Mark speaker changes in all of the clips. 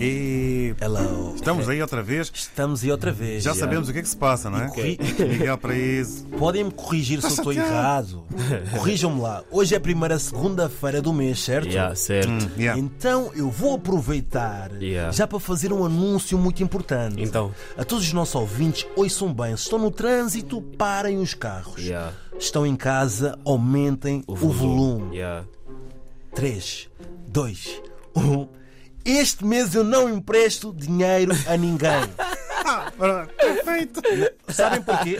Speaker 1: E hello.
Speaker 2: Estamos aí outra vez.
Speaker 1: Estamos aí outra vez.
Speaker 2: Já sabemos o que é que se passa, não é?
Speaker 1: corri-
Speaker 2: Miguel Paraíso.
Speaker 1: Podem-me corrigir se eu estou
Speaker 2: chateado.
Speaker 1: errado. Corrijam-me lá. Hoje é a primeira segunda-feira do mês, certo?
Speaker 3: Yeah, certo.
Speaker 2: Yeah.
Speaker 1: Então eu vou aproveitar
Speaker 3: Yeah.
Speaker 1: já para fazer um anúncio muito importante.
Speaker 3: Então.
Speaker 1: A todos os nossos ouvintes, ouçam bem. Se estão no trânsito, parem os carros.
Speaker 3: Yeah.
Speaker 1: Estão em casa, aumentem o volume.
Speaker 3: Yeah.
Speaker 1: 3, 2, 1. Este mês eu não empresto dinheiro a ninguém.
Speaker 2: Ah, ora, perfeito.
Speaker 1: Sabem porquê?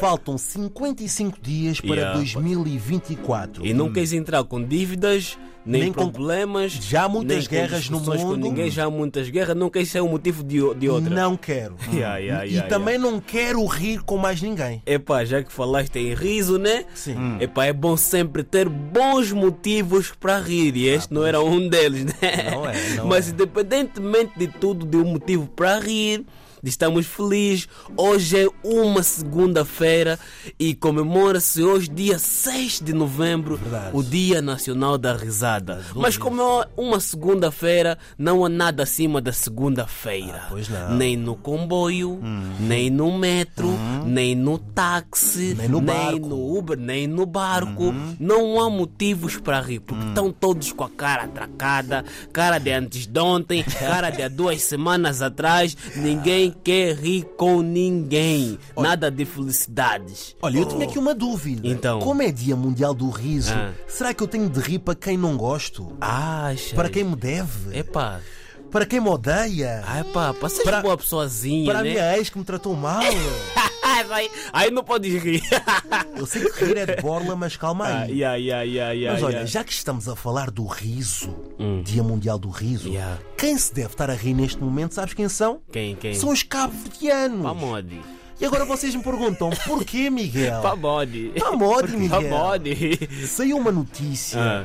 Speaker 1: Faltam 55 dias para
Speaker 3: Ah. Yeah.
Speaker 1: 2024.
Speaker 3: E não queres entrar com dívidas, nem,
Speaker 1: Hum. Nem com-
Speaker 3: problemas.
Speaker 1: Já há muitas
Speaker 3: nem com
Speaker 1: guerras no
Speaker 3: discussões
Speaker 1: mundo.
Speaker 3: Com ninguém, já há muitas guerras, não queres ser um motivo de, o- de outra.
Speaker 1: Não quero.
Speaker 3: Yeah, yeah,
Speaker 1: e
Speaker 3: yeah,
Speaker 1: também não quero rir com mais ninguém.
Speaker 3: Epá, já que falaste em riso, né?
Speaker 1: Sim.
Speaker 3: Epá, é bom sempre ter bons motivos para rir e este não era um deles, né?
Speaker 1: Ah, Não é, não
Speaker 3: Mas
Speaker 1: é.
Speaker 3: independentemente de tudo, de um motivo para rir, de estamos felizes. Hoje é uma segunda-feira e comemora-se hoje, dia 6 de novembro,
Speaker 1: Verdade.
Speaker 3: o Dia Nacional da Risada. Mas como é uma segunda-feira, não há nada acima da segunda-feira.
Speaker 1: Ah, pois não. Hum.
Speaker 3: Nem no comboio, nem no metro, nem no táxi,
Speaker 1: Nem no barco. Hum.
Speaker 3: no Uber, nem no barco. Não há motivos para rir, porque estão todos com a cara atracada, cara de antes de ontem, cara de há duas semanas atrás. Ninguém quer rir com ninguém. Nada de felicidades.
Speaker 1: Olha, eu tinha aqui uma dúvida.
Speaker 3: Oh. Então.
Speaker 1: Como é Dia Mundial do Riso,
Speaker 3: Ah.
Speaker 1: será que eu tenho de rir para quem não gosto?
Speaker 3: Acha?
Speaker 1: Para quem me deve?
Speaker 3: Epá,
Speaker 1: Para quem me odeia?
Speaker 3: ai pá, pá, seja
Speaker 1: Para-
Speaker 3: boa pessoazinha,
Speaker 1: para a
Speaker 3: né?
Speaker 1: minha ex que me tratou mal?
Speaker 3: aí, aí não podes rir.
Speaker 1: eu sei que rir é de borla, mas calma aí.
Speaker 3: Ah, yeah, yeah, yeah, yeah,
Speaker 1: Mas olha,
Speaker 3: yeah. Hum.
Speaker 1: já que estamos a falar do riso, Dia Mundial do Riso,
Speaker 3: Yeah.
Speaker 1: quem se deve estar a rir neste momento, sabes quem são?
Speaker 3: Quem, quem?
Speaker 1: São os cabo-verdianos.
Speaker 3: Pamode.
Speaker 1: E agora vocês me perguntam, porquê, Miguel?
Speaker 3: Pamode.
Speaker 1: Pamode, Miguel.
Speaker 3: Pamode.
Speaker 1: Saiu uma notícia
Speaker 3: Tá Ah.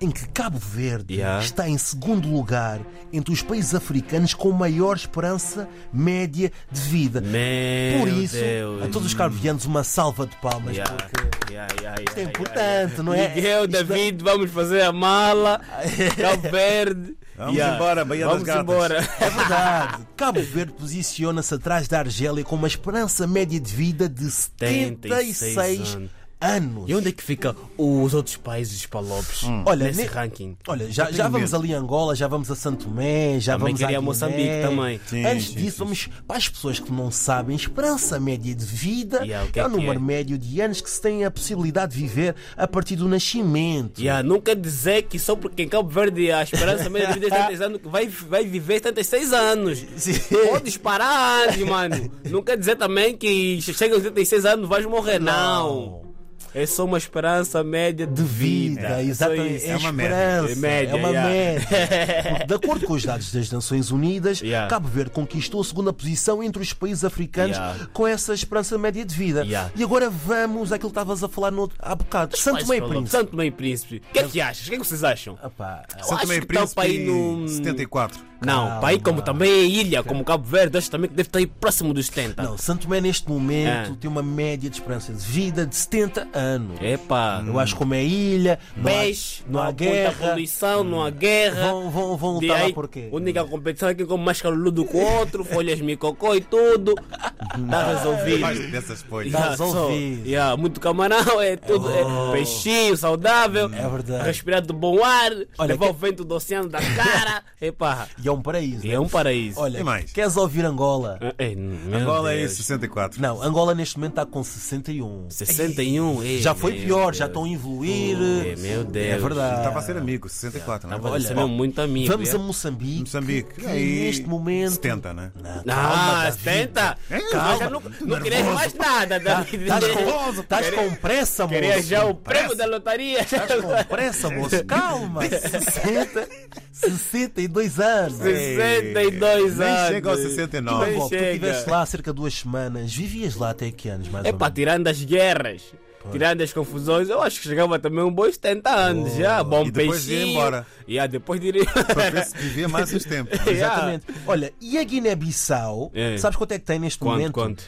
Speaker 1: em que Cabo Verde
Speaker 3: Yeah.
Speaker 1: está em segundo lugar entre os países africanos com maior esperança média de vida.
Speaker 3: Meu
Speaker 1: Por isso,
Speaker 3: Deus.
Speaker 1: a todos os cabo-verdianos uma salva de palmas,
Speaker 3: Yeah,
Speaker 1: porque
Speaker 3: yeah, yeah,
Speaker 1: isto é
Speaker 3: yeah,
Speaker 1: importante, não é?
Speaker 3: yeah. Miguel,
Speaker 1: Isto é-
Speaker 3: David, vamos fazer a mala. Cabo Verde.
Speaker 2: Vamos embora, Baía das
Speaker 3: Vamos
Speaker 2: Gatas.
Speaker 3: embora.
Speaker 1: É verdade. Cabo Verde posiciona-se atrás da Argélia com uma esperança média de vida de 76 anos.
Speaker 3: anos. E onde é que fica os outros países palopes
Speaker 1: Hum. Olha,
Speaker 3: nesse
Speaker 1: ne-
Speaker 3: ranking?
Speaker 1: Olha, já,
Speaker 2: tenho
Speaker 1: já vamos
Speaker 2: medo.
Speaker 1: ali a Angola, já vamos a Santo Tomé, já
Speaker 3: Também
Speaker 1: vamos a
Speaker 3: queria
Speaker 1: Guiné.
Speaker 3: Moçambique também.
Speaker 2: Sim,
Speaker 1: Antes
Speaker 2: sim,
Speaker 1: disso,
Speaker 2: sim,
Speaker 1: vamos para as pessoas que não sabem, esperança média de vida
Speaker 3: Yeah, o que
Speaker 1: é
Speaker 3: é
Speaker 1: o
Speaker 3: que
Speaker 1: número
Speaker 3: é?
Speaker 1: médio de anos que se tem a possibilidade de viver a partir do nascimento.
Speaker 3: Yeah, não quer dizer que só porque em Cabo Verde a esperança mesmo de vida é 76 anos que vai, vai viver 76 anos.
Speaker 1: Sim.
Speaker 3: Podes parar antes, mano. Não quer dizer também que chega aos 86 anos vais morrer, não. É só uma esperança média de
Speaker 1: de vida,
Speaker 3: vida.
Speaker 1: exatamente.
Speaker 3: Só
Speaker 1: É,
Speaker 3: isso.
Speaker 2: uma média.
Speaker 1: esperança,
Speaker 3: É média,
Speaker 1: é uma
Speaker 3: yeah.
Speaker 1: média. Porque, de acordo com os dados das Nações Unidas,
Speaker 3: Yeah.
Speaker 1: Cabo Verde conquistou a segunda posição entre os países africanos
Speaker 3: Yeah.
Speaker 1: com essa esperança média de vida.
Speaker 3: Yeah.
Speaker 1: E agora vamos àquilo que estavas a falar no, outro- há bocado. Santo
Speaker 3: Mas,
Speaker 1: Tomé e
Speaker 3: Paulo,
Speaker 1: Príncipe. Ah, é
Speaker 3: Santo Meio Príncipe. O que é que achas? O que é que vocês acham?
Speaker 1: Apá,
Speaker 2: Santo
Speaker 3: acho
Speaker 2: Tomé e
Speaker 3: que
Speaker 2: Príncipe,
Speaker 3: tá para ir no-
Speaker 2: 74.
Speaker 3: Não, para aí como também é ilha, como Cabo Verde, acho também que deve estar aí próximo dos 70.
Speaker 1: Não, Santo Tomé neste momento
Speaker 3: É.
Speaker 1: tem uma média de esperança de vida de 70 anos.
Speaker 3: Epa,
Speaker 1: Eu acho que como é ilha, não há-
Speaker 3: É. peixe,
Speaker 1: não há,
Speaker 3: muita
Speaker 1: guerra.
Speaker 3: poluição, não há guerra.
Speaker 1: Vão, vão, vão
Speaker 3: De
Speaker 1: lutar
Speaker 3: aí,
Speaker 1: lá porquê?
Speaker 3: A única competição é quem come mais caludo que o outro, folhas micocó e tudo. Tá
Speaker 2: Mais
Speaker 3: resolvido.
Speaker 2: dessas coisas.
Speaker 3: Yeah,
Speaker 1: Tá resolvido.
Speaker 3: só- yeah, muito camarão, é tudo. É peixinho, saudável.
Speaker 1: É verdade.
Speaker 3: Respirar do bom ar,
Speaker 1: Olha,
Speaker 3: levar
Speaker 1: que-
Speaker 3: o vento do oceano da cara. Epá,
Speaker 1: E é um paraíso.
Speaker 3: é um paraíso.
Speaker 1: Olha,
Speaker 2: E mais?
Speaker 1: queres ouvir Angola?
Speaker 3: É, meu
Speaker 2: Angola é
Speaker 3: Deus.
Speaker 2: isso, 64.
Speaker 1: Não, Angola neste momento está com 61.
Speaker 3: 61, ei,
Speaker 1: Já foi
Speaker 3: meu
Speaker 1: pior,
Speaker 3: Deus.
Speaker 1: já estão a evoluir.
Speaker 3: Ei, meu Deus.
Speaker 1: É verdade.
Speaker 2: Estava a ser amigo, 64, não é?
Speaker 3: Olha, você é muito amigo.
Speaker 1: Vamos
Speaker 3: é?
Speaker 1: a Moçambique.
Speaker 2: Moçambique.
Speaker 1: que
Speaker 2: aí,
Speaker 1: neste momento.
Speaker 2: 70, né?
Speaker 1: Calma,
Speaker 3: Ah,
Speaker 1: David.
Speaker 3: 70!
Speaker 2: calma.
Speaker 3: Mas já não, não
Speaker 1: Tá
Speaker 3: querias mais nada, David.
Speaker 1: Estás com, estás com pressa, moço.
Speaker 3: Queria já o prêmio da lotaria.
Speaker 1: Com pressa, moço. Calma. 60, 62 anos.
Speaker 2: Sim.
Speaker 3: 62
Speaker 2: Nem
Speaker 3: anos.
Speaker 2: chega aos 69.
Speaker 3: Nem
Speaker 1: Bom, tu
Speaker 3: chega.
Speaker 1: estiveste lá há cerca de duas semanas. Vivias lá até que anos, mais
Speaker 3: É
Speaker 1: ou
Speaker 3: para
Speaker 1: menos?
Speaker 3: tirando as guerras. Tirando as confusões, eu acho que chegava também um bons 70 anos. Já, bom
Speaker 2: E depois ia
Speaker 3: peixinho.
Speaker 2: embora.
Speaker 3: Yeah, depois de ir...
Speaker 2: Para ver se vivia mais uns tempos.
Speaker 1: Exatamente. Olha, e a Guiné-Bissau,
Speaker 3: ah. É.
Speaker 1: sabes quanto é que tem neste
Speaker 3: Quanto,
Speaker 1: momento?
Speaker 3: quanto?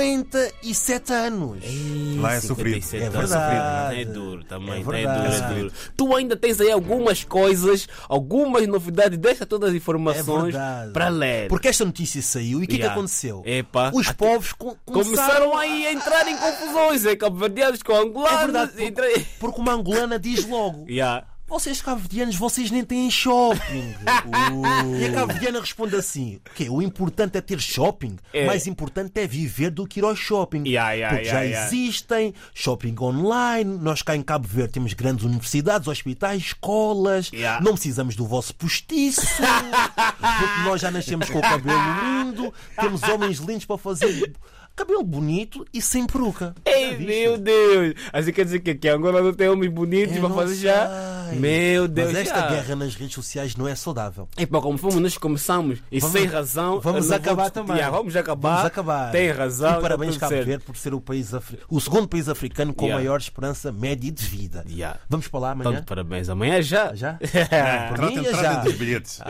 Speaker 1: 57 anos.
Speaker 2: Lá é sofrido.
Speaker 1: É
Speaker 3: É
Speaker 1: verdade.
Speaker 3: duro também,
Speaker 1: É
Speaker 3: é, duro, é
Speaker 1: verdade.
Speaker 3: duro. Tu ainda tens aí algumas coisas, algumas novidades, deixa todas as
Speaker 1: É
Speaker 3: informações
Speaker 1: verdade.
Speaker 3: para ler.
Speaker 1: Porque esta notícia saiu e o que,
Speaker 3: Yeah.
Speaker 1: que aconteceu?
Speaker 3: Epa.
Speaker 1: Os povos co- começaram,
Speaker 3: Começaram aí a entrar em confusões, é cabo-verdianos com angolanos.
Speaker 1: É verdade, porque,
Speaker 3: entra-
Speaker 1: porque uma angolana diz logo:
Speaker 3: Yeah.
Speaker 1: Vocês cabo-verdianos, vocês nem têm shopping. E a cabo-verdiana responde assim: o quê? O importante é ter shopping,
Speaker 3: É.
Speaker 1: mais importante é viver do que ir ao shopping.
Speaker 3: Yeah, yeah,
Speaker 1: porque
Speaker 3: yeah,
Speaker 1: já
Speaker 3: yeah.
Speaker 1: existem shopping online. Nós cá em Cabo Verde temos grandes universidades, hospitais, escolas.
Speaker 3: Yeah.
Speaker 1: Não precisamos do vosso postiço, porque nós já nascemos com o cabelo lindo, temos homens lindos para fazer. Cabelo bonito e sem peruca.
Speaker 3: Ei,
Speaker 1: Já viste?
Speaker 3: meu Deus! Assim quer dizer que, que Angola não tem homens bonitos
Speaker 1: Eu
Speaker 3: para
Speaker 1: não
Speaker 3: fazer já?
Speaker 1: sei.
Speaker 3: Tipo, Meu Deus!
Speaker 1: Mas esta
Speaker 3: já.
Speaker 1: guerra nas redes sociais não é saudável.
Speaker 3: Epá, como fomos, nós começamos e
Speaker 1: Vamos-
Speaker 3: sem razão.
Speaker 1: vamos
Speaker 3: eu não
Speaker 1: acabar
Speaker 3: vou discutir.
Speaker 1: também.
Speaker 3: Ah, Vamos acabar.
Speaker 1: Vamos acabar.
Speaker 3: Tem razão.
Speaker 1: E parabéns,
Speaker 3: tá tudo
Speaker 1: Cabo
Speaker 3: certo.
Speaker 1: Verde, por ser o, país afri- o segundo país africano com
Speaker 3: Yeah.
Speaker 1: maior esperança média de vida.
Speaker 3: Yeah.
Speaker 1: Vamos para lá amanhã?
Speaker 3: Tanto parabéns. Amanhã é já.
Speaker 1: Já?
Speaker 2: Trata
Speaker 1: Por mim é
Speaker 2: entrada
Speaker 1: já.
Speaker 2: dos bilhetes.